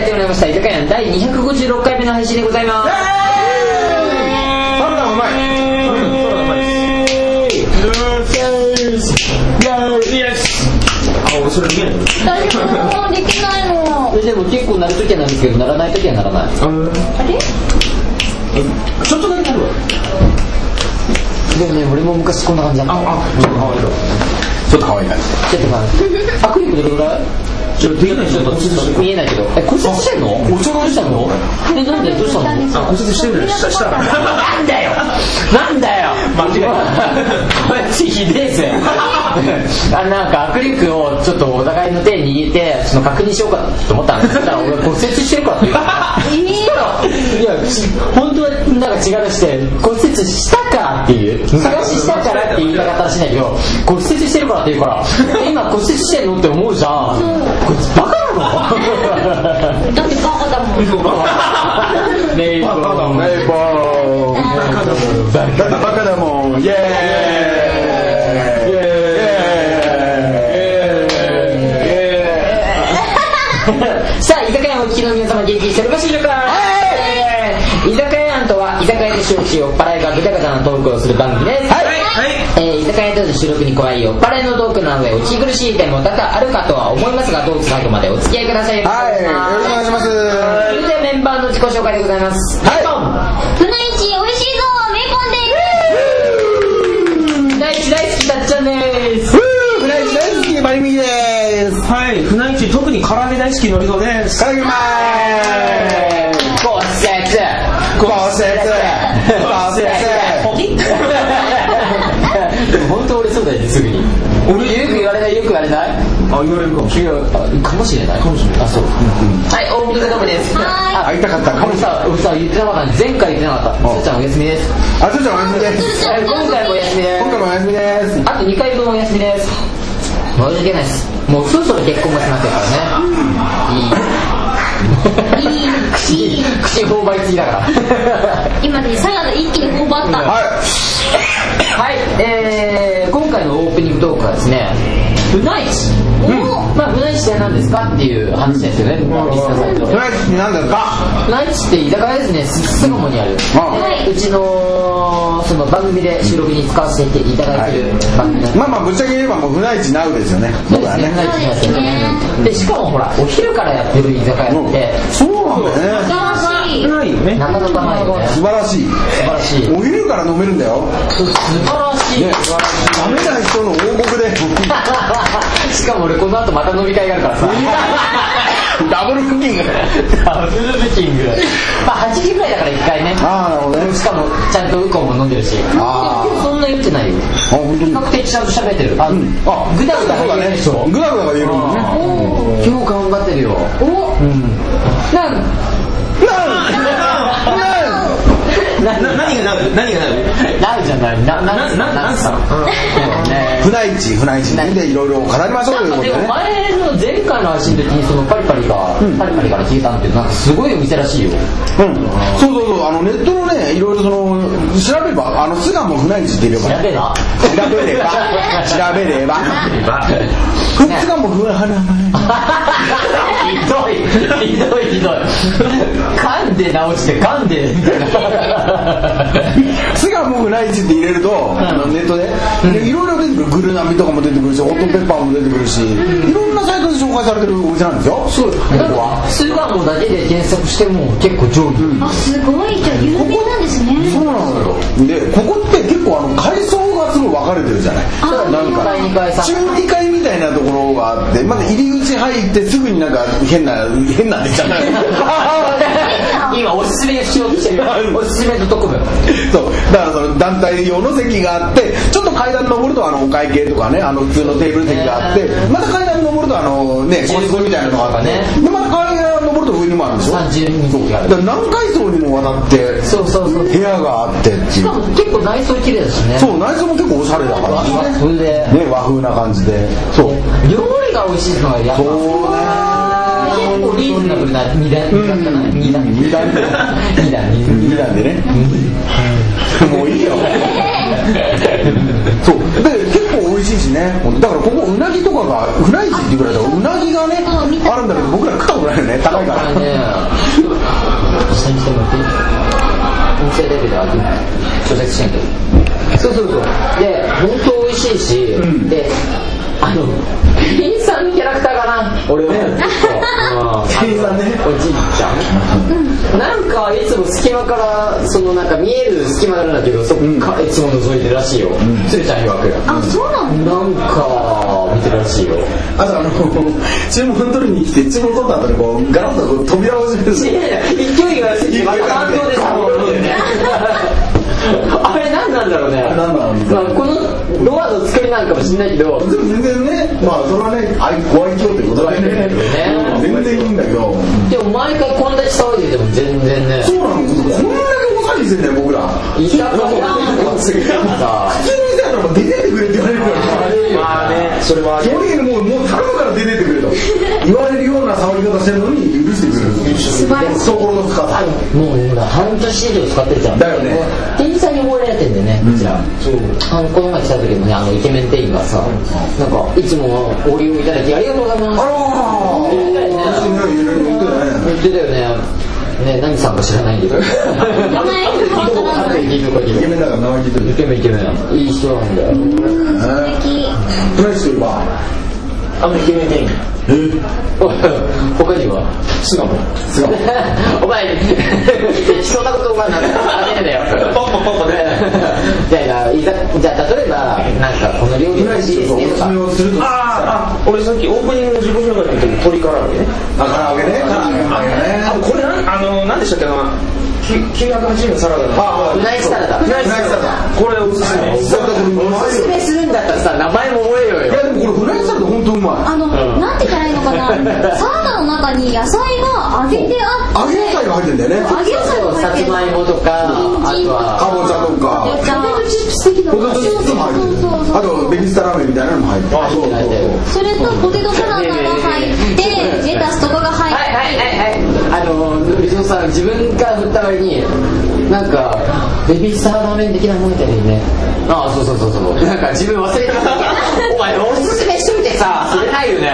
ー、第256回目の配信でございますサラダうまい。うん、サラダうまいです。あ、俺それ見えない。大丈夫できないのそれでも結構鳴るときは鳴るけど鳴らないときは鳴らないあれちょっとだけあるわ。でもね俺も昔こんな感じだったあ、あ、ちょっと可愛いわ。ちちょっと可愛い感ょっと待って握力どれぐらいじ。ちょっとできない人と骨折してる。見えないけどえ骨折してんの骨折してんのえなんでどうしたのあ、骨折してるね。下、下。なんだよなんだよ間違えたマジひでえ ぜあなんか握力をちょっとお互いの手に握ってその確認しようかと思ったんですけど俺骨折してるからって言うからえーいやち本当はなんか違うして骨折したかっていう昔したからって言いたかったらしいんだけど骨折してるからって言うからえ今骨折してんのって思うじゃんこいつバカなのだってバカだもんレイボバカーだもんね。イボーバカだもん。だってバカだもんイエーイイエ さあ居酒屋をお聞きの皆様元気にしておりましょうか居酒屋案とは居酒屋で収録し酔っ払いがぐちゃぐちゃなトークをする番組ですはい、はい。えー居酒屋での収録に加え酔っ払いのトークなのでお聞き苦しい点も多々あるかとは思いますがどうぞ最後までお付き合いくださいーイはいよろしくおそ願いしますれではメンバーの自己紹介でございますは船市美味しいぞメイい大好き大好きたっちゃんですふうフライチ大好きバリミキですはい、船市、特に唐揚げ大好きのりぞです。からげまーす骨折ご せつごせポキッでも本当俺そうだよねすぐに俺よく言われないよく言われないあ、言われるかもしれいやあかもしれないかもしれないあそう、はい大本ドムですはあ会いたかったかも俺さ俺さ言ってなかった前回言ってなかったうんすーちゃんお休みですあつーちゃんお休みですそうえ今回もお休みです今回もお休みですあと2回分お休みです申し訳ないですもうそろそろ結婚もしますからねいいいい 口口頬張りすぎだから コンで今ねサラダ一気に頬張ったははいえー、今回のオープニングトークはですね不内市まあ不内市って何ですかっていう話ですよね、まあリスナーさんいにとってフライチって何ですかナイツって居酒屋ですね、す巣鴨にある、うんうちのその番組で収録に使わせていただいてる番組なんでまあまあぶっちゃけ言えばもうフライチナウですよねそう僕ですはね、ねナイツにやってるうで、しかもほら、お昼からやってる居酒屋っうんて、そうなんだよね新しいないよね。なかなかないよね、素素晴らしい晴らしい、お昼から飲めるんだよ素晴らしい、ね素晴らしダメな人の王国でい、 しかも俺、この後また飲み会があるからさ。 ダブルクッキングダブルブッキングまあ8時ぐらいだから1回ねああなるほどねしかもちゃんとウコンも飲んでるしあーそんな言ってないよあ本当比に較的ちゃんと喋ってるあ、うんあグダグダそ入うだってないねでしょグダグダが言えるもんね今日頑張ってるよおうんなんなんな、何がなる何がなるなんじゃないななななんさんそうねフライチフライチなんでいろいろ語りましょうといでうことでもね前の前回の話の時にそのパリパリが、んパリパリから消えたんってなんかすごいお店らしいようんそうそうそうあのネットのねいろいろその調べればあの巣鴨フライチって入ればやべえな調べれば調べれば巣鴨フライチひどいひどいひどい噛んで直して噛んで巣鴨フライチって入れると、あのネットででいろいろ出てくるグルナビとかも出てくるしホットペッパーも出てくるしいろんなサイトで紹介されてるお店なんですよそうここだかはら巣鴨だけで検索しても結構上位、あすごいじゃあ有名なんですねそうなのよでここって結構あの階層がすごい分かれてるじゃないあなん2か階2階中3 2階みたいなところがあってまだ入り口入ってすぐになんか変な変な出ちゃった階今おすすめしようとしてるおすすめのとこだよ そうだからその団体用の席があってちょっと階段登るとあのお会計とかねあの普通のテーブル席があってへーまた階段登るとあのね個室みたいなのがあってねでまた階段登ると上にもあるんでしょ32席があだるから何階層にもわたってそうそうそう部屋があってってしいかうも結構内装綺麗だしねそう内装も結構おしゃれだか和らね風でね和風な感じでそう料理が美味しいのがやっぱそうね結構リーズナブルな2段2段じゃない2段二段で2段 二段でねもういい よそうで結構美味しいしねだからここうなぎとかがフライチっていうぐらいだからうなぎがねそう見たあるんだけど僕ら食ったことないよね高いからね なんかいつも隙間からそのなんか見える隙間なんだけどそこからいつも覗いてるらしいよ鶴ちゃん曰くあそうなのなんか見てるらしいよあとあの注文取りに来て注文取った後にこうガラッとこう扉を閉めるんですよ勢いがすぎてまた感動でしたもん あれ何なんだろうねあれ何なんだろうまあこのドアの作りなんかもしんないけどでも全然ねまあそれはねあいご愛嬌ということだよねね全然いいんだけどでも毎回こんだけ騒いでても全然ねそうなのこんだけ大騒ぎしてんだよ僕らいたか普通の店さだったらもう出てってくれって言われるからまあねそれはとにかくもうもう頼むから出てってくれと言われるような触り方してるのに許してくれる素晴らしい懐の深さもう今半年以上使ってるじゃんだよね店員さんに覚えられてんだよねこちらあのこの前来た時もねあのイケメン店員がさなんかいつもお利用いただきありがとうございますあー言ってたよねね何さんか知らないけど知らないわからないいいとこいいイとケこメンだから生意気言イってるケメンイケメンいい人なんだよ素敵プライスといえばあのイケメン店員お 他には巣鴨巣鴨 お前そんなことお前なんかダメだよポンポンポンポンねじゃあいざじゃあ例えばなんかこの料理プ美ライ味スしいといでえすねとかばおすすめをするとしたらああ俺さっきオープニングの自己紹介の時に鶏唐揚げねあ唐揚げね唐揚げねあこれなんあの何でしたっけあのき980円のサラダのあうなぎサラダうなぎサラダこれおすすめですだってこれうまおいよすすめするんだったらさ名前も覚えよういよやでもこれフライサラダ本当うまあの、なんて言ったらいいのかなサラダの中に野菜が揚げてあっい揚てげ野菜が入ってんだよね揚げ野菜がさ入ってつるまいもとかあとかはぼちゃとかポテトチップス的なポテトチップスも入ってるそうそうそうあとベビースターラーメンみたいなのも入ってるあそそううそうそれとポテトサラダが入ってレタスとかが入はいっはいはいはいあの水野さん自分から振った割になんかベビースターラーメン的なもんみたいにねああそうそうそうそうなんか自分忘れてたお前おすすめしといてさそれない よね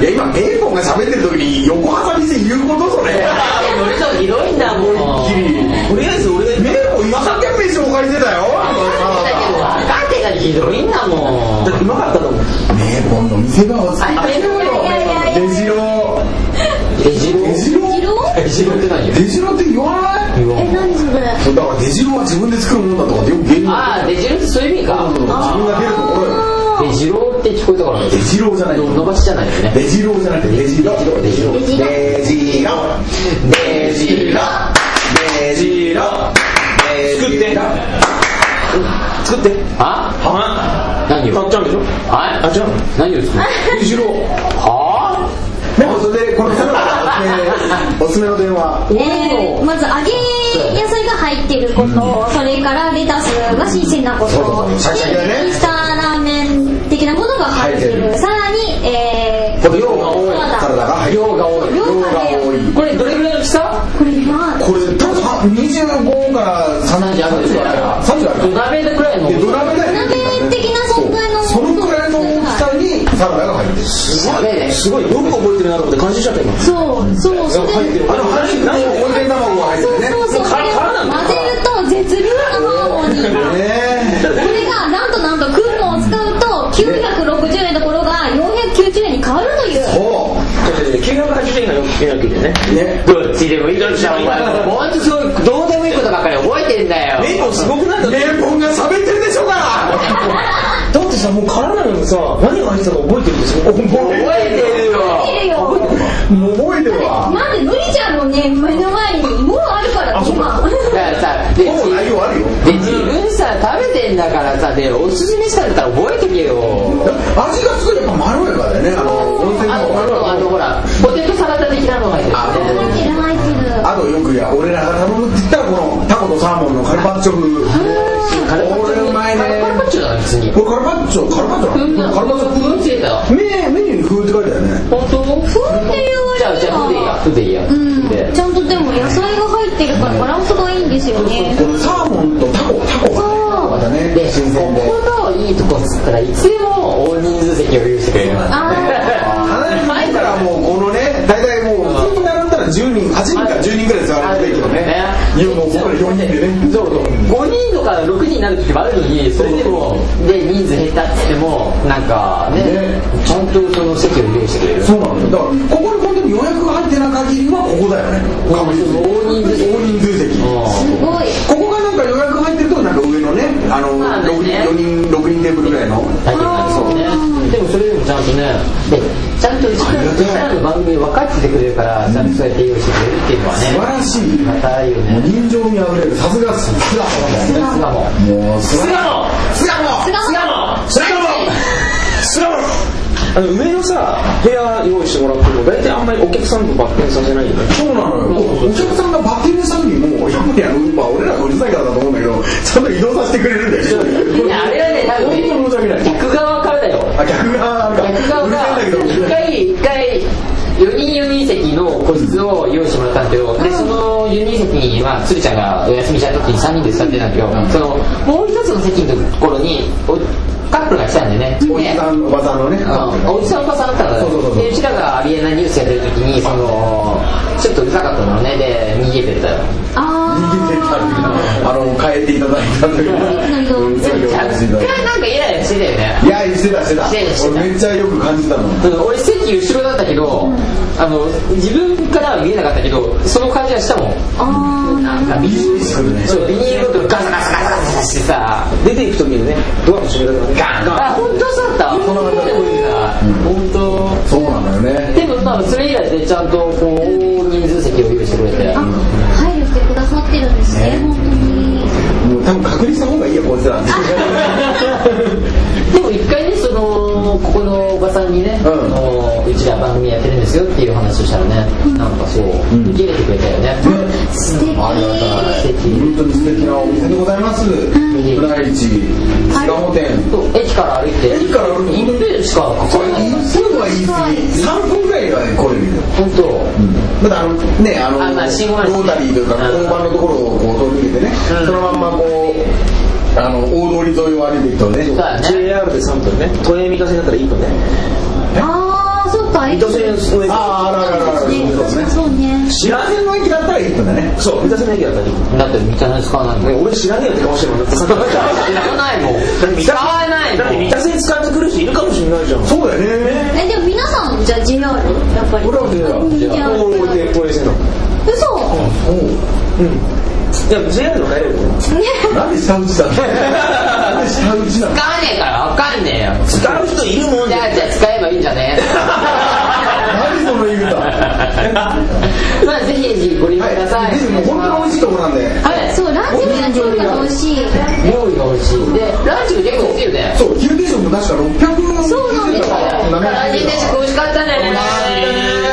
いや今ベーコンが喋ってる時に横浜店言うことそれのりと広いんだもんきりとりあえず俺がベーコン一生懸命紹介してたよ若手がひどいんだもんうまかったと思うベーコンの店がおすすめあれていやいやいや出城出汁出城二郎出汁って何よ出城って言わないえ何それそうだから出城は自分で作るもんだとかってよく芸人がああ出汁ってそういう意味自分かが出るところよ出汁って聞こえたからね出城じゃない伸ばしじゃないよね出城じゃなくて出城出城出城出城出城出城作って作ってあは何い買をっちゃうんでしょはいあじゃあ何をですか出城はでもそれでこれからおすすめの電話えーまず揚げ野菜が入ってることそれからレタスが新鮮なことそうそうそうシャキシャキだねでインスタラーメン的なものが入って入ってるるさらにえーこれ量が多いサラダが入ってる量が多い量が多いあこれどれぐらいの大きさこれはこれ多分あ25から30 30あるんですよある30あ土る鍋ぐらいのでドラメだよね鍋的な存在のそのくらいの大きさにサラダが入ってるやべえねすごいよく覚えてるなと思って感心しちゃった今そうそうそれ入ってるあの半熟の温泉卵が入ってそうるねそうそうそれを混ぜると絶妙なハーモニーがねそれがなんとなんとクーポンを使うと960円のところが490円に変わるというえほ980円が490円ねうねどっちでもいいのじゃんお前ほんとそういうどうでもいいことばっかり覚えてんだよメイコンすごくないだってレンポンが喋ってるでしょうからだってさもう殻なのにさ何が入ってたか覚えてるんですよ覚覚えてるよ見えるよもう覚えてるわなんでのりちゃんのね目の前にもうあるから今だからさでほぼ内容あるよで自分さ食べてんだからさでおすすめしたんだったら覚えてけよ味がすごいやっぱまろやかだよねあの温泉のあまとあとあとろほらポテトサラダ的なのがいいあよね入ってる入ってるあとよくや俺らが頼むって言ったらこのタコとサーモンのカルパッチョ風カルパッチこれうョまいねカルパッチョだな普通にこれカルパッチョカルパッチョなのカルパッチョ風ついたよ風メメニューに風って書いてあるよね本当風って言われじたゃあらじゃあ風でいいや風でいいやうんちゃんとでも野菜が入ってるからバランスがいいんですよねこのサーモンとタコタコがねまたねで新鮮でここのいいとこっつったらいつでも大人数席を有してくれるあー離れ前からもうこのね大体もう普通に並んだら10人8人から10人ぐらい座るべきよねいやもうここから4人でねそうそう5人とか6人になる時もあるのにそれでもで人数減ったって言ってもなんかねねちゃんとその席を用意してくれるそうなんだよだからここに本当でも予約が入ってない限りはここだよね大人数大人数席すごいここがなんか予約入ってるとなんか上のねあのまあね6人6人テーブルぐらいの入ってないですよねでもそれでもちゃんとねでちゃんと石ありが川たいさんの番組分かっててくれるからちゃんとそうやって用意してくれるっていうのはね素晴らしいまたいいよもうね人情味あふれるさすがっすスラ素顔もモもうスラスガモ菅スガ野モスラモスラモあの上のさ部屋用意してもらっても大体あんまりお客さんとバッテンさせないよねそうなのよお客さんがバッティングした時にもうやっぱりあのまあ俺らがうるさいからだと思うんだけどちゃんと移動させてくれるんだよいやあれはね多分ね本当に申し訳ない逆側からだよあ逆側なんか逆側うるがさいんだけど一回一回4人4人席の個室を用意してもらったんだけどでその4人席には鶴ちゃんがお休みした時に3人で座ってたんだけど、そのもう一つの席のところにおカップルが来たんだよねおじさんおばさんのねうんおじさんおばさんだったからそうそうそうそうでうちらがありえないニュースやってる時にそのちょっとうるさかったのねで逃げてたよあ逃げてきた時にあの変えていただいた時にうんすごい喜ちゃんばとせていただいなんかイライラしてたよねていやしてたしてたしてたしてた俺めっちゃよく感じたのうん俺席後ろだったけど、あの自分からは見えなかったけどその感じはしたもんーあなんかビニールするねそうビニール袋ガサガサガサガサしてさ出ていく時にねドアの閉め方がねガンガンあ本当そうだったこの方が本当そうなのよねでもまあそれ以来でちゃんとこう大人数席を用意してくれて配慮してくださってるんですね本当にもう多分隔離した方がいいよこいつらでも一回ねそのここのおばさんにね、ううんのうちら番組やってるんですよっていう話をしたらね、なんかそう、ん受け入れてくれたよね、素敵ありがたい素敵本当に素敵なお店でございます船市菅野店そう駅から歩いて駅から歩いて1分しかかこかれんない一分は言い過ぎ3分ぐらいはね来れるよ本当まだあのねあのあまあ信号なんですねロータリーというかうん交番のところをこう通り抜けてねうんそのまんまこうあの大通り沿いを歩いていくとねそうだね JR で3分ね都営三笠になったら1分ねああそっか三田線の駅あああるあるあるあるそうね知らせの駅だったら1分だねそう三田線の駅だったら1分だって見た目使わないもんね俺知らねえよって顔してるもんだってさ使わないもん使わないだってもん三田線使ってくる人いるかもしれないじゃんそうだよねえでも皆さんじゃあ JR やっぱり俺は全然じゃあ俺置いて都営線だもん嘘いや JR の帰れるよねなんで下打ちだ ったのなんで下打ちだったの使わねえからわかんねえよ使う人いるもんじじゃゃあじゃあ使えばいいんじゃね 何その言い方 まあぜひぜひご利用くださはいい、ぜひもう本当に美味しいところなんで。はいそうランチがとにかく美味しい料理が美味しいでランチも結構美味しいよねそう、急停車も確か600円そうなんですよランチ定食美味しかったね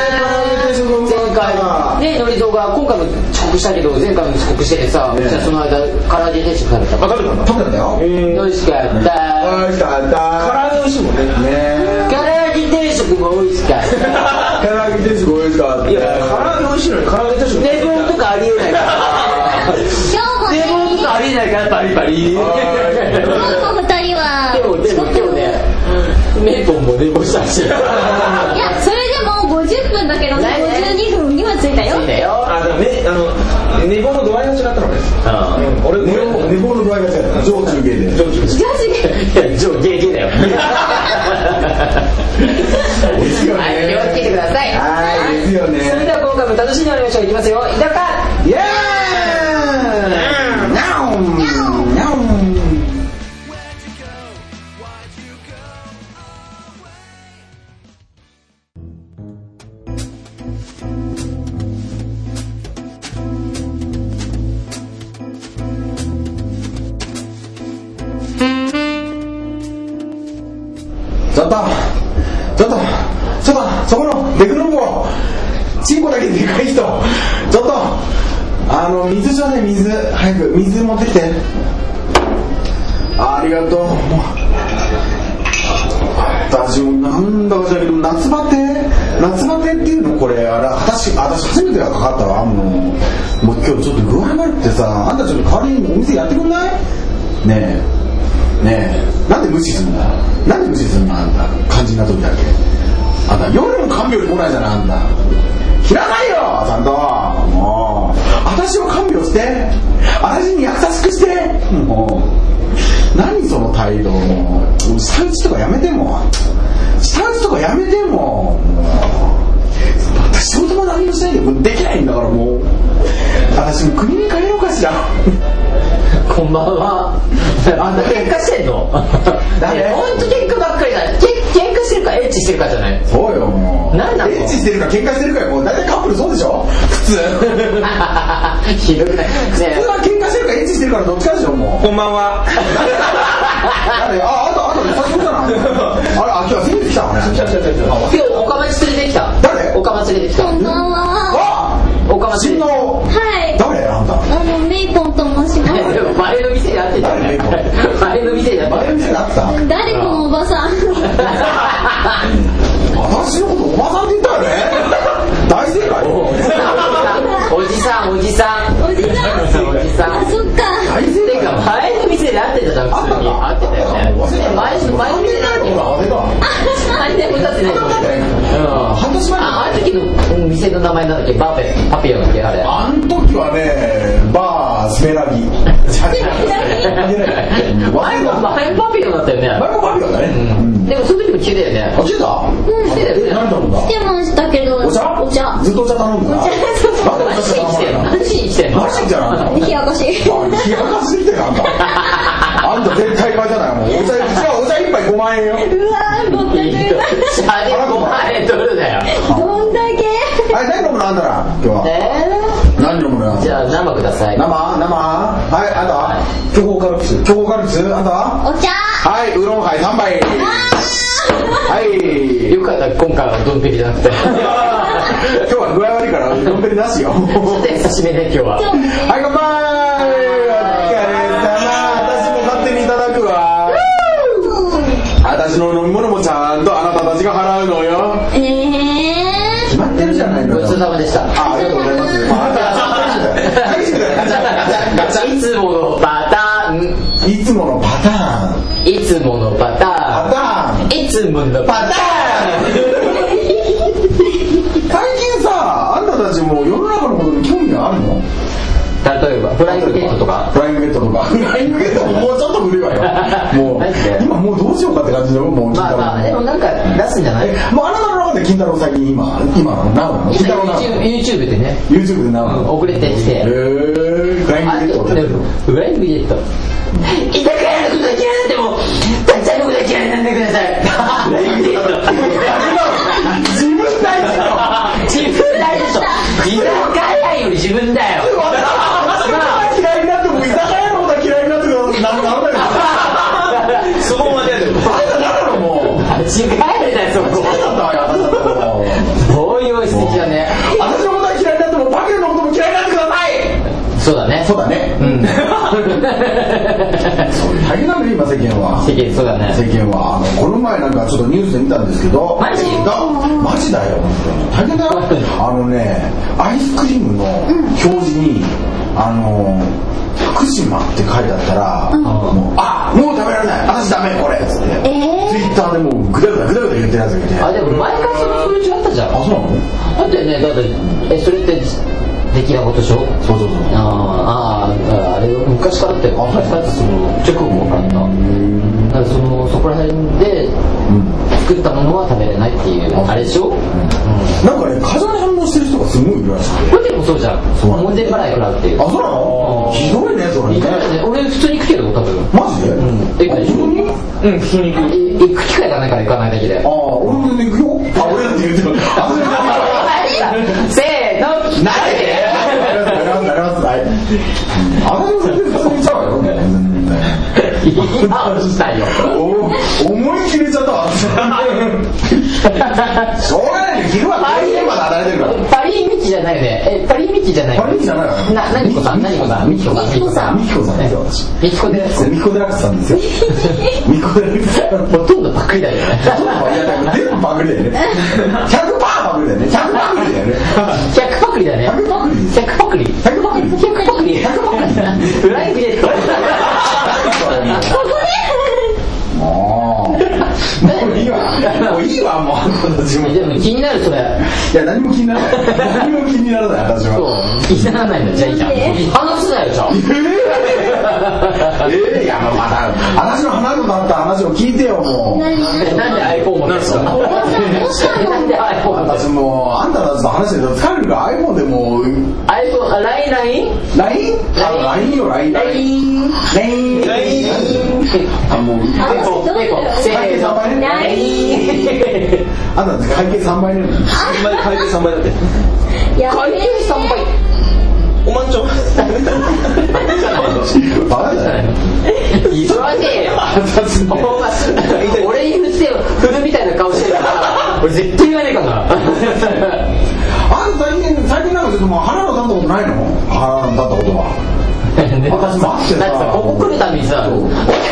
前回ねのりぞうが今回も遅刻したけど前回も遅刻しててさねじゃあその間唐揚げ定食食べたあ食べたんだ食べたんだよ。美え美味しかった味しかった。唐揚げ美味しいもんねねえ。唐揚げ定食も美味しかった唐揚げ定食美味しかった。いや唐揚げ美味しいのに唐揚げ定食寝坊とかありえないから今日も寝坊とかありえないからバリバリ今日も二人はでもでもでもねメポンも寝坊したしいやそれでも50分だけどねね52分には着いたよそうだよあでもねあの寝坊の度合いが違ったのねうん俺寝坊寝坊の具合が違う。上中下で。上手ジャジいやジョーゲーゲーだよ美味しいよねはい気をつけてくださいはい、ですよね。それでは今回も楽しんでおりましょういきますよいたかイエーイ。ニャオンニャオンちょっとちょっとちょっとそこのデクノボチンコだけでかい人ちょっとあの水ちょうだい水早く水持ってきてありがとうもう私もなんだか知らんけど夏バテ夏バテっていうのこれあれ私私初めてがかかったわもうもう今日ちょっと具合悪くてさあんたちょっと代わりにお店やってくんないねえねえなんで無視すんだなんで無視すんのあんた肝心な時だけあんた夜も看病に来ないじゃないあんた切らないよちゃんともう私を看病して私に優しくしてもう何その態度もう下打ちとかやめても下打ちとかやめてももう私私も国に帰ろうかしらこんばんは。あんた喧嘩してんの。誰ねえほんと喧嘩ばっかりだ。け喧嘩してるかエッチしてるかじゃない。そうよもうなんなのエッチしてるか喧嘩してるかよもう大体カップルそうでしょ普通ひどくない。ね普通は喧嘩してるかエッチしてるからどっちかでしょもうこんばんは。誰ああとあとね先ほどだなあれあ今日は先月来たのね来た来た来た来え。た今日オカマチ連れてきた。誰オカマ連れてきたこ。んばんは。あオカマ連新れてきた。郎はい。誰あんたあの、メイポンと申しいま。やですも前の店で会ってたよね。前の店で会っ前ての店で会ってた誰このおばさん。た。私のことおばさんって言ったよね大正解 おじさんおじさんおじさん。おじさあ、んそっか。大正て解か前の店で会ってたじゃん普通に会ってたよね忘れた前の前の店で会ってた忘れた3年も経ってないと思ううん半年前ああの時の店の名前なんだっけバーベパピオンだっけあれあん時はねバースペラギ前も前もパピオンだったよね前もバビオンだねうんでもその時も急だよねあ来てた来てたえよ何ね頼んだ来てましたけど。お茶お茶。ずっとお茶頼んだおな茶んでお何茶しに来てん頼のまない何しに来てんのマジじゃない冷やかし。あ冷やかしてきてるあんたあんた絶対買いじゃないもうお茶うちはお茶一杯5万円ようわー、ごめんなさいシャレ5万円取るだよどんだけ。はい何飲むのあんたら今日はえ何飲むのよーじゃあ生ください生生はいあとは巨峰カルピス巨峰カルピスあとはお茶。はいウーロンハイ3杯はいよかった今回はドンペリじゃなくて今日は具合悪い からドンペリなしよ久しぶりね今日は今日もね。はい乾杯お疲れ様私も勝手にいただくわ私の飲み物もちゃんとあなたたちが払うのよえ決まってるじゃないのごちそうさまでしたあありがとうございますあ激しくないガチャガチャガチャいつものパターンいつものパターンいつものパパタターンーンいつものパタ最近さあんたたちも世の中のことに興味はあるのーン例えばフライングゲットとかフライングゲットとかフライングゲットももうちょっと古いわ よもうマジで今もうどうしようかって感じだよもう金まあま太郎あでもなんか出すんじゃないもうあなたの中で金太郎最近今今のなおなの金太郎なお YouTube, YouTube でね YouTube でなおなの遅れてきへえてフライあングゲットとねフライングゲット痛くやることは嫌いでもたっちゃんのことは嫌いなんでくださいフライングゲッ自分大事だト自分だよ居酒屋より自分だよ私が嫌いになっても居酒屋のことは嫌いになってくださいなんだよそこまでやで。バカだろもう間違えるなそこバカだったわよあなたもう応用してきたね私のことは嫌いになってもバケルのことも嫌いになってくださいそうだねそうだねうん大変なんだよ今世間は世間そうだ世ね間はあのこの前なんかちょっとニュースで見たんですけどマジだマジだよ本当に大変だよあのねアイスクリームの表示に、あの福島って書いてあったら、もうあもう食べられない私ダメこれっつって、ツイッターでもうグダグダグダグダ言ってるやつがいてあでも毎回その数字あったじゃんあそうなのあったよねだってえそれってできなことでしょそうそうそうあーあーだからあれ昔からあって昔からあってその直後からあっただからそのそこら辺で作ったものは食べれないっていうあれでしょ、うん、なんかね風に反応してる人がすごいいるらしくこてれでもそうじゃんそうなん門前だ払い食らうっていうあそうなのひどいねそれいねかないね俺普通に行くけど多分マジで、え行くでしょうん、普通に行く。い行く機会がないから行かないだけでああ俺も全然行くよあ俺だって 言ってるあそれせーのない選んだ選んだ選んだはいあれも全然普通にちゃうよ全然いい顔したよお思い切れちゃったわしょうがないよ昼は大変まで働いてるからパリミキじゃないよねえパリミキじゃないパリミキじゃないよねな何子さん何子さんミキコさんミキコさんミキコさんですよミキコですミコデラックスさんですよミコデラックスさんほとんどパクリだよねそういやでも全部パクリだよね100%パクリだよね100パクリだよ100ねパクリだね100パクリです100パクリ100パクリ100パクリフライングジェットもうもういいわもういいわもうでも気になるそれいや何も気にならない何も気にならない私そはう。いらないんだ、じゃあいいじゃん。話せないよ、じゃあ。ええいやまあまだ私の花子だった話を聞いてよもう何えなんで iPhone 持ってるのおばさんどうしたのなんで iPhone 持って私もうあんたたちと話してると疲れるから iPhone でもうるの ?iPhone、あ LINE、LINE? LINE? あ LINE よ LINE LINE。 LINE あもうあどうだよせーの。LINE。あんたたち会計3倍ね3倍会計3倍だってや会計3倍。おまんちょ忙しいよ。バカじゃないの ほんま俺に振ってよ、振るみたいな顔してるから、俺絶対言わ ねえからな。あんた最近最近なんかちょっともう腹が立ったことないの腹が立ったことは私さ、だって さ、ここ来るたびにさ、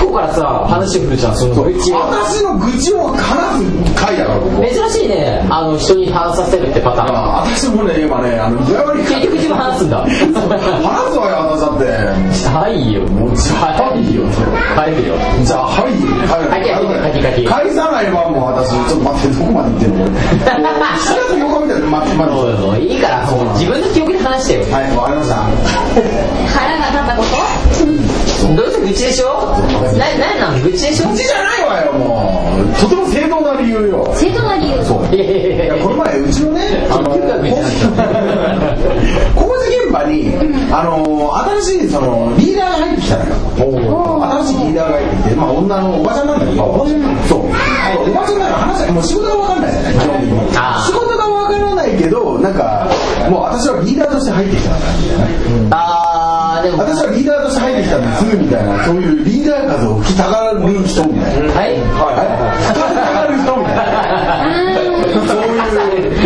キコからさ、話振るじゃん、その愚痴を。私の愚痴を話す回だからここ珍しいね、あの、人に話させるってパターン。あ私もね今ねあの具合悪い結局自分話すんだ。話すわよ私だってはいよ、もうちょはいよはいよ。じゃあはい書き書き書き書き返さないわもう私ちょっと待ってどこまで行ってんのもう7月8日みたいに待って待そうってそういいから、もう自分の記憶で話してよ。はいわかりました腹が立ったこどとうせ愚痴でしょな、なんなん愚痴でしょ愚痴じゃないわよもうとても正当な理由よ正当な理由そういやいやいいややこの前うちのねあの結局はみんな工事現場にあの新しいそのリーダーが入ってきたのよ新しいリーダーが入ってきてまあ女のおばちゃんなんだけどそうおばちゃんなら話せもう仕事が分かんないじゃない基本的にあー仕事が分からないけどなんかもう私はリーダーとして入ってきた感じだねあー、でも、私はリーダーとして入ってきたんですみたいなそういうリーダー風を吹きたがる人みたいなはいはい吹きたがる人みたいなそうい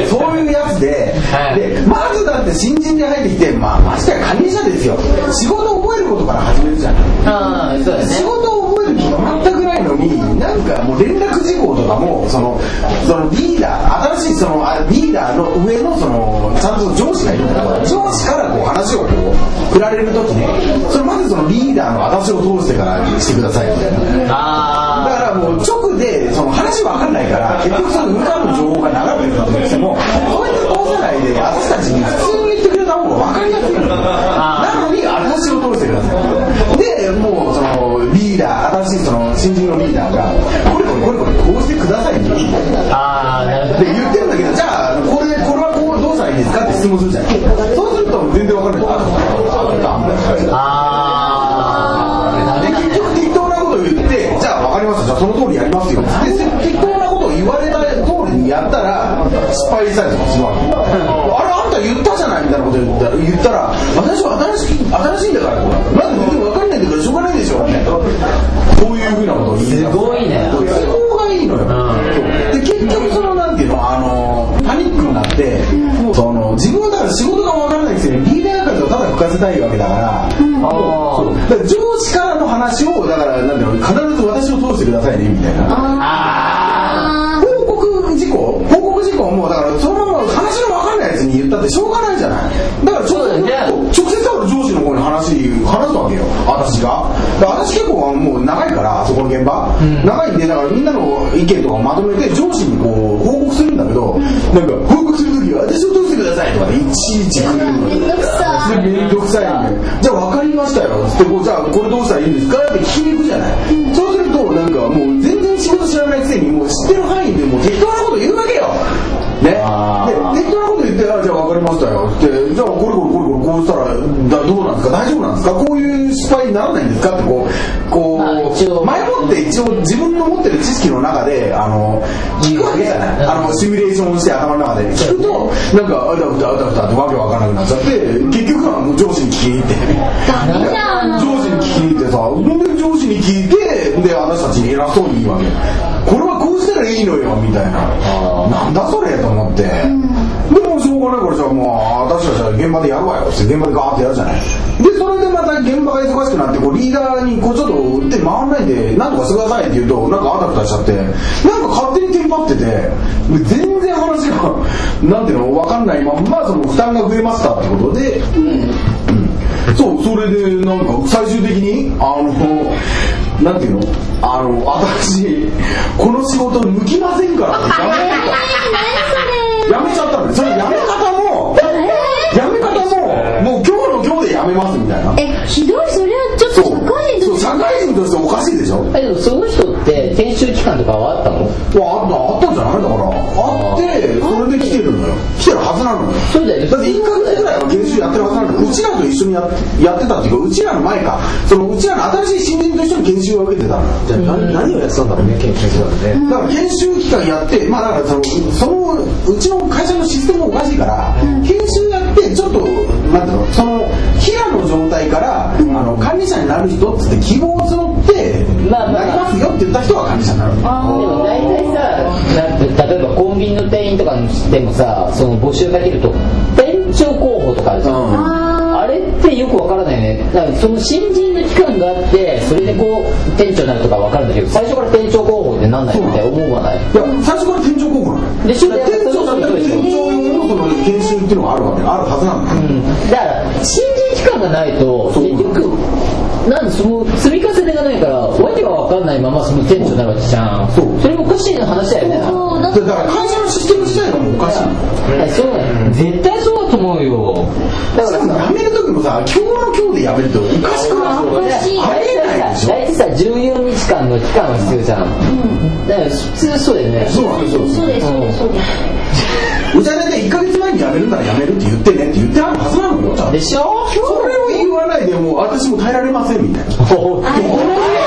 う、そういうやつで、はいで、まずだって新人で入ってきて、まあ、ましてや加入者ですよ。仕事を覚えることから始めるじゃん。あー、そうだね仕。事を覚える気が全くないのに、なんかもう連絡事項とかも、その、そのリーダー、新しいその、あリーダーの上のその、ちゃんと上司がいるんだから、上司からこう話をこう、振られるときに、それまずそのリーダーの私を通してからしてくださいみたいな。だかあらもう直でその話わかんないから結局その上からの情報が流れてるんだとしてもこうやって通さないで私たちに普通に言ってくれた方がわかりやすいのよなのに私を通してくださいでもうそのリーダー新しいその新人のリーダーがこれこれこれこれこうしてくださいねー、あー、なるほで言ってるんだけどじゃあこれこれはこうどうしたらいいですかって質問するじゃんそうすると全然わかんないああああど。あで結局適当なこと言ってじゃあ分かりましたじゃあその通りやりますよで適当なことを言われた通りにやったら失敗したりとかするわけあれあんた言ったじゃないみたいなこと言ったら言ったら私は新しい新しいんだからとかなんで全然分かんないんだからしょうがないでしょみたいなこういうふうなことを言い出すすごいね都合がいいのよ、で結局そのなんていうのあのパニックになって、その自分はだから仕事が分からないくせにリーダー風をただ吹かせたいわけだから、ー、あー。だから上司からの話をだからなんだろう必ず私を通してくださいねみたいなあ報告事項報告事項もだからそのまま話の分かんないやつに言ったってしょうがないじゃないだからちょそうだよね直接俺上司の方に話話すわけよ私がだから私結構もう長いからそこの現場、長いんでだからみんなの意見とかをまとめて上司にこう報告するんだけど、なんか報告するときは私を通してくださいとかでいちいち来るのめんどくさで面倒くさいんでじゃあ分かりましたよつってこうじゃあこれどうしたらいいんですかって聞きに行くじゃない、そうするとなんかもう全然仕事知らないくせにもう知ってる範囲でもう適当なこと言うわけよね、あーで適当なこと言って「あじゃあ分かりましたよ」って「じゃあこれこれこれこれこうしたらだどうなんですか大丈夫なんですかこういう失敗にならないんですか?」ってこうこう、まあ一応前もって一応自分の持ってる知識の中であの聞くわけじゃないあのシミュレーションをして頭の中で聞くとなんかあだうだあだうだってわけわからなくなっちゃって結局はもう上司に聞きに行ってダメじ上ゃん司に聞きに行ってさほんで上司に聞いてで私たちに偉そうに言うわけこれはこうしたらいいのよみたいななんだそれと思って、でもしょうがないからじゃあもう私たちは現場でやるわよって現場でガーってやるじゃないでそれでまた現場が忙しくなってこうリーダーにこうちょっと手回らないでなんとかしてくださいって言うとなんかあたふたしちゃってなんか勝手にテンパっててで全然話がなんていうの分かんないまんまその負担が増えましたってことで、そう、それで、なんか、最終的に、あの、なんていうのあの、私、この仕事向きませんからって言ったの何それやめちゃったのねそれやめ方もやめ方ももう今日の今日でやめますみたいなえひどいそれはちょっそと社う会人そとうして社会人としておかしいでしょえでもその人って研修期間とかはあったのわあったあったんじゃないだからあってそれで来てるのよ来てるはずなのよそうだよねだって1ヶ月ぐらいは研修やってるはずなのようちらと一緒にややってたっていうかうちらの前かそのうちらの新しい新人と一緒に研修を受けてたのよじゃあ何何をやってたんだろうね研究所でねだから研修期間やって、まあ、だからそのそのうちの会社のシステムがおかしいから、研修やってちょっとなんていうのその平の状態から、あの管理者になる人っつって希望を募って、まあまあなりますよって言った人が管理者になるでも大体さなんて例えばコンビニの店員とかでもさその募集かけると店長候補とかあるじゃん、ああれってよくわからないよねだからその新人の期間があってそれでこう店長になるとかわかるんだけど最初から店長候補ってなんないって思わないいや最初から店長候補なのよでしょ店長だったら店長用のその研修っていうのがあるわけあるはずなのよ、うんだから新人期間がないとそう結局なんその積み重ねがないからわけがわかんないままその店長になるわけじゃんそうれもおかしい話だよねそうだでだから会社のシステム自体がもうおかしいのはいそうだよ絶対そうだと思うよだしからさかも辞める時もさ今日の今日で辞めるっておかしくないおかしいありえないでしょ大体さ14日間の期間が必要じゃんだから普通そうだよねそうなんですよそうですそうですそうですうちは大体1ヶ月前に辞めるなら辞めるって言ってねって言ってあるはずなのよちゃんとでしょそれを言わないでもう私も耐えられませんみたいなお前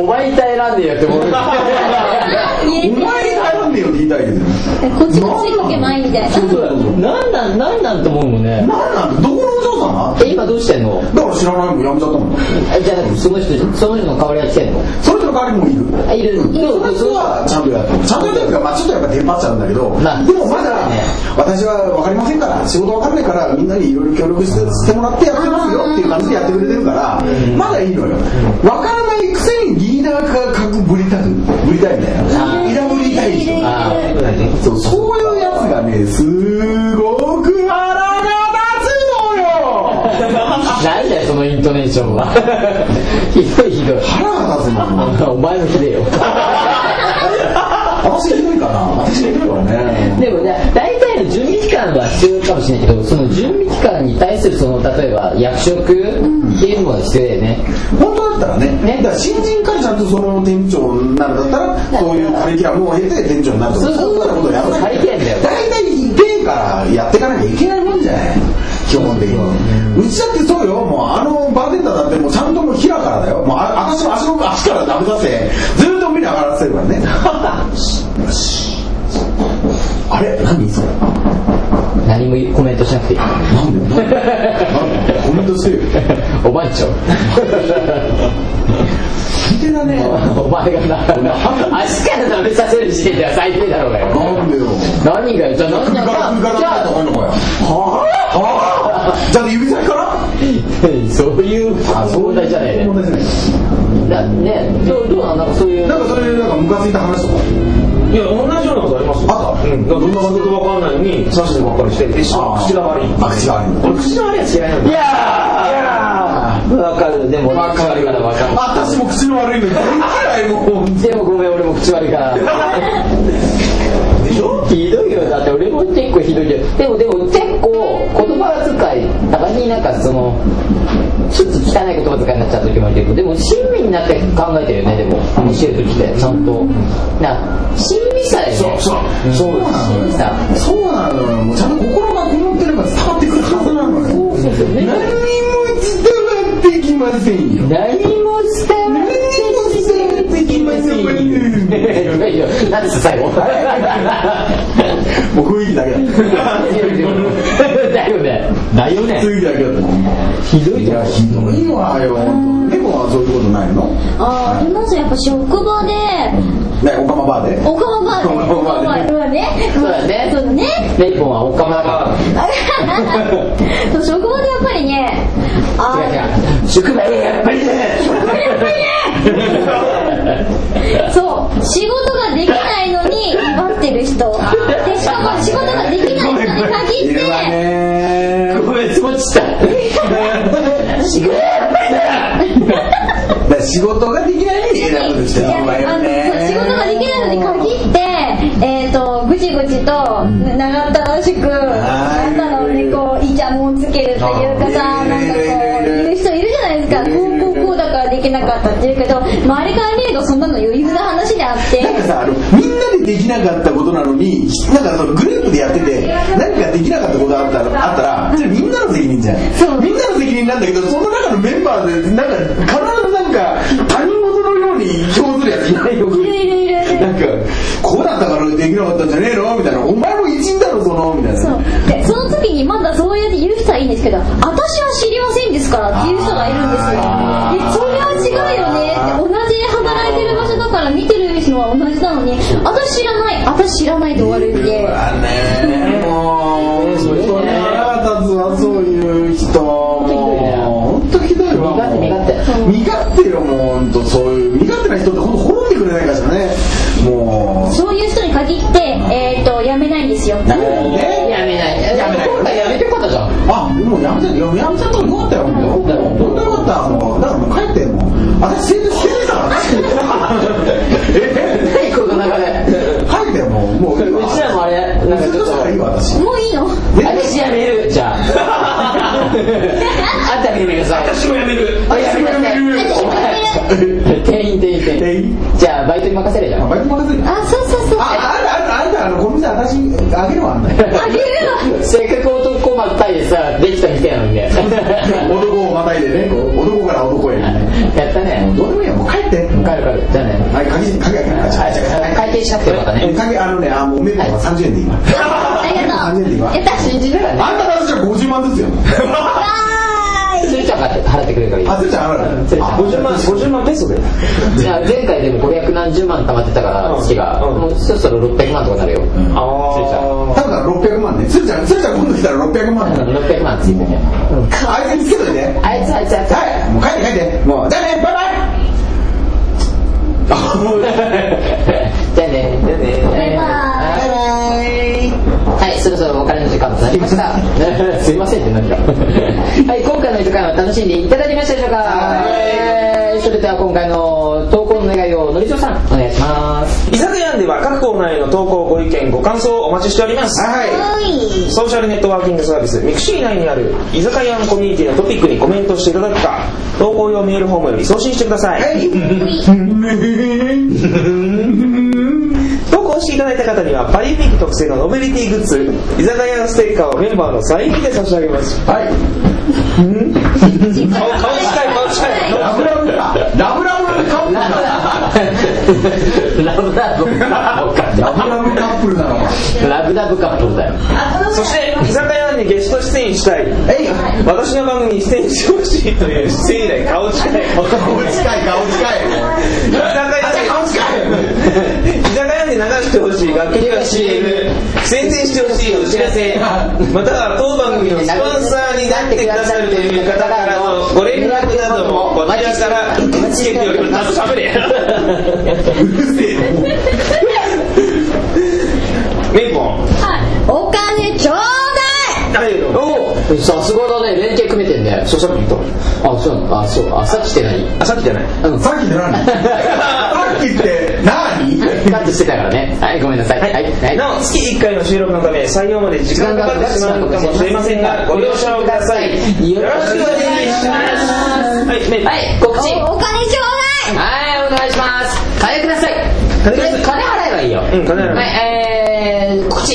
お前耐えらんねえよって思う言えおて前に耐えらんねえよって言いたいけどこっちがついてけばいいみたいなそうだよなんなんなんなんと思うもんねなんなんどこのお嬢さんえ今どうしてんのだから知らないもん辞めちゃったもんえじゃなくてその人その人の代わりは来てんのそれとの代わりもいるあいるどうそいつはちゃんとやってるちゃんとやってるっていうか、まあ、ちょっとやっぱ出っ張っちゃうんだけど、まあでもまだね私は分かりませんから仕事分かんないからみんなにいろいろ協力してしてもらってやってますよっていう感じでやってくれてるからまだいいのよ分からないくせにリーダーが格ぶりたくぶりたいみたいあなぶりたい人あーそうそういうやつがねすごく腹が 立つのよなんだよそのイントネーションは ひどいひどい腹が立つのよお前のひでえよ私ひどいかな私ひどいからね でもね大体の準備期間は必要かもしれないけどその準備期間に対するその例えば役職っていうのが必要だよね、本当だったらねねだから新人からちゃんとその店長になるんだったらそういうカリキュラムを経て店長になるとかそうそういうようなことをやらなきゃいけないカリキュラムだよ大体ペからやっていかなきゃいけないもんじゃない基本的にうちだってそうよもうあのバーテンダーだってもうちゃんともう平からだよもうあ私の足の足からダメ出せずっと目に上がらせてるからねよしあれ何それ何もコメントしなくていいなんでなんでなんでコメン トしてるお前んちょ 聞いてだねお前がな足から舐めさせる時点では最低だろうがよなんでよ何がよじゃあ何首がから首からじゃとかのかよ。はあはあじゃあ指先からあ そういう問題じゃないね問題じゃない。だねどうどうなんなんかそういうなんかそれ、なんかムカついた話とか。いや同じようなことありますよあったうん、なんかどんなことわかんないのに指してばっかりしてでしかも口が悪いあ、口が悪い。俺口が悪いやつ嫌いなんいだやーわかるでもわかるからわかる私も口の悪いの大嫌いもう。でもごめん俺も口悪いからでしょひどいよだって俺も結構ひどいけどでもでも結構言葉遣いたまになんかそのちょっと汚い言葉遣いになっちゃう時もあるけどでも親身になって考えてるよねでも教える時ってちゃんとな親身さだよねそう、そうなの親身よ。さそうなのよ。もうちゃんと心がこもってれば伝わってくるはずなのよ。そうそう何も伝わってきませんよ。何もして何も伝わってきませんよ。ないよ何です最後 もう雰囲気だ けだった。だよねだよね雰囲気だけだった。ひどいいじゃや、んひどいわよ。でも、そういうことないのあーありますよやっぱ職場でね、オカマバーで。おかまばあおかまばあねそそうねうだねそう ねレイポンはおっかまだからそう職場でやっぱりねあ違うー違う職場やっぱりねやっぱりねそう仕事ができないのに威張ってる人でしかも仕事ができない人に限っいるわてねごめん落ちた仕事やっぱりだから仕事ができないに選ぶ人いやあのそう仕事ができないのに限って、えー、とぐちぐちと本つけるというかさなんかこういう人いるじゃないですかこうこうこうだからできなかったって言うけど周りから見るとそんなの余裕な話であっ てなんかさあのみんなでできなかったことなのになんかそのグループでやってて何かできなかったことがあったらあったらそれみんなの責任じゃんそうみんなの責任なんだけどその中のメンバーでなんか必ずなんか他人事のように表するやついないよいるいるいるいるなんかこうだったからできなかったんじゃねえのみたいなお前も一員だろそのみたいなそうでその時にまだそうやって言う人はいいんですけど私は知りませんですからっていう人がいるんですよでそれは違うよねって同じ働いてる場所だから見てる人は同じなのに私知らない私知らないで終わるってだねもうそうですね腹立つわそういう人もう本当ひどいわもう身勝手身身勝手よもう本当そういう身勝手な人って本当滅びてくれないからねもそういう人に限って、えー、と辞めないんですようねやめないやめない今回やめてよかったじゃんあもうやめちゃったやめちゃったよかったよ本当本当よかったもうだからもう帰ってもう私成長してるからえ何この流れ帰ってよもうもうこれうちらもあれなんかちょっとずとしたらいいわ私もういいの 私やめるじゃああんた見てみなさい私もやめるあやめなさい私もや店員店員店店員員じゃあバイトに任せるじゃあんバイト任せるあそうそうそうあ、あるあるあるある、この店私あげるわ、あんなにあげるわせっかく男ばっかりでさできた店なのにね 男をまたいでね、こう男から男へ。やったねどうでもいいよ、もう帰っ帰て。る帰るじゃあねはい、鍵、鍵開けなあじゃあ会計しなくてよかったね鍵、あのね、あ、もうメンバーは30円で今。ありが30と円で今。うやった信じるからねあんたたちは50万ずつよ。わーいそれちゃんが払ってくれるからいいあ、ずちゃんあるある。鶴ちゃん50万50万ペソでじゃあ前回でも500何十万貯まってたから月がうんもうそろそろ600万とかなるよんあ鶴ちゃん多分600万ね。つるちゃん、つるちゃん今度来たら600万だ。 600万ついてねあいつにつけといて。あいつあいつあいつはい、もう帰って帰って。もう、じゃあね、バイバイあ、も うじゃあねじゃあねバイバイバイバイはい、そろそろお別れの時間となりました。 すいませんって何か。 はい、今回の時間は楽しんでいただきましたでしょうか。はえーそれでは今回の投稿のお願いをのりちょうさんお願いします。居酒屋では各コーナーへの投稿ご意見ご感想をお待ちしておりますはい。はいソーシャルネットワーキングサービスミクシー内にある居酒屋のコミュニティのトピックにコメントしていただくか投稿用メールフォームより送信してください、投稿していただいた方にはパリピック特製のノベリティグッズ居酒屋のステッカーをメンバーのサイン入りで差し上げますはい。顔顔近い顔近いラブラブだ。ラブラブカップルだ。 ラブラブラブラブカップルなのか。ラブラブカップルだよ。そして居酒屋にゲスト出演したいえい。私の番組に出演してほしいという出演以来顔近い顔近い顔居近い。酒屋で顔近い。居酒屋で流してほしい楽器や CM 宣伝してほしいお知らせまたは当番組のスポンサーになってくださるという方からのご連絡などもこちらから受け付けておりますしゃべれうるせえ。メイポンお金ちょうだいありがとうおお、さすがだね、連携組めてんね。そうさっき言ったあ、そうなの。あ、そう。あ、さっきって何あさっきじゃないさっきって何？さっきって何？カットしてたからね。はい、ごめんなさい。はい、はい。なお月1回の収録のため採用まで時間がかかってしまうかもしれませんがご了承くださいよろしくお願いしますはいメイポンはい、告知。おお金ちょうだいはい、お願いします。金ください。と金りくあだえず金払さいえばいいよ。うん金払えばいいはい、えー、告知。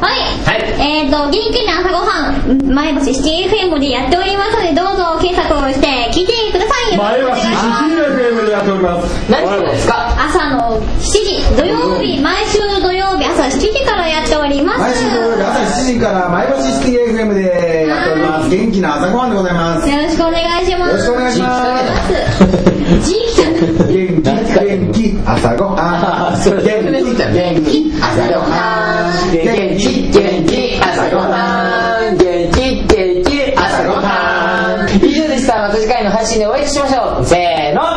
はいはい。えー、と元気な朝ごはん前橋シティ FM でやっておりますのでどうぞ検索をして聞いてくださいよろしくお願いします FM でやっております。何時からですか朝の7時土曜日毎週土曜日朝7時からやっております毎週土曜日朝7時から前橋シティ FM でやっております。元気な朝ごはんでございます。よよろしくお願いしますろしくお願いします。ジーキさん元気元気朝ごはん。元気元気朝ごはん。元気、元気、朝ごはん。元気、元気、朝ごはん。以上でした。また次回の配信でお会いしましょう。せーの。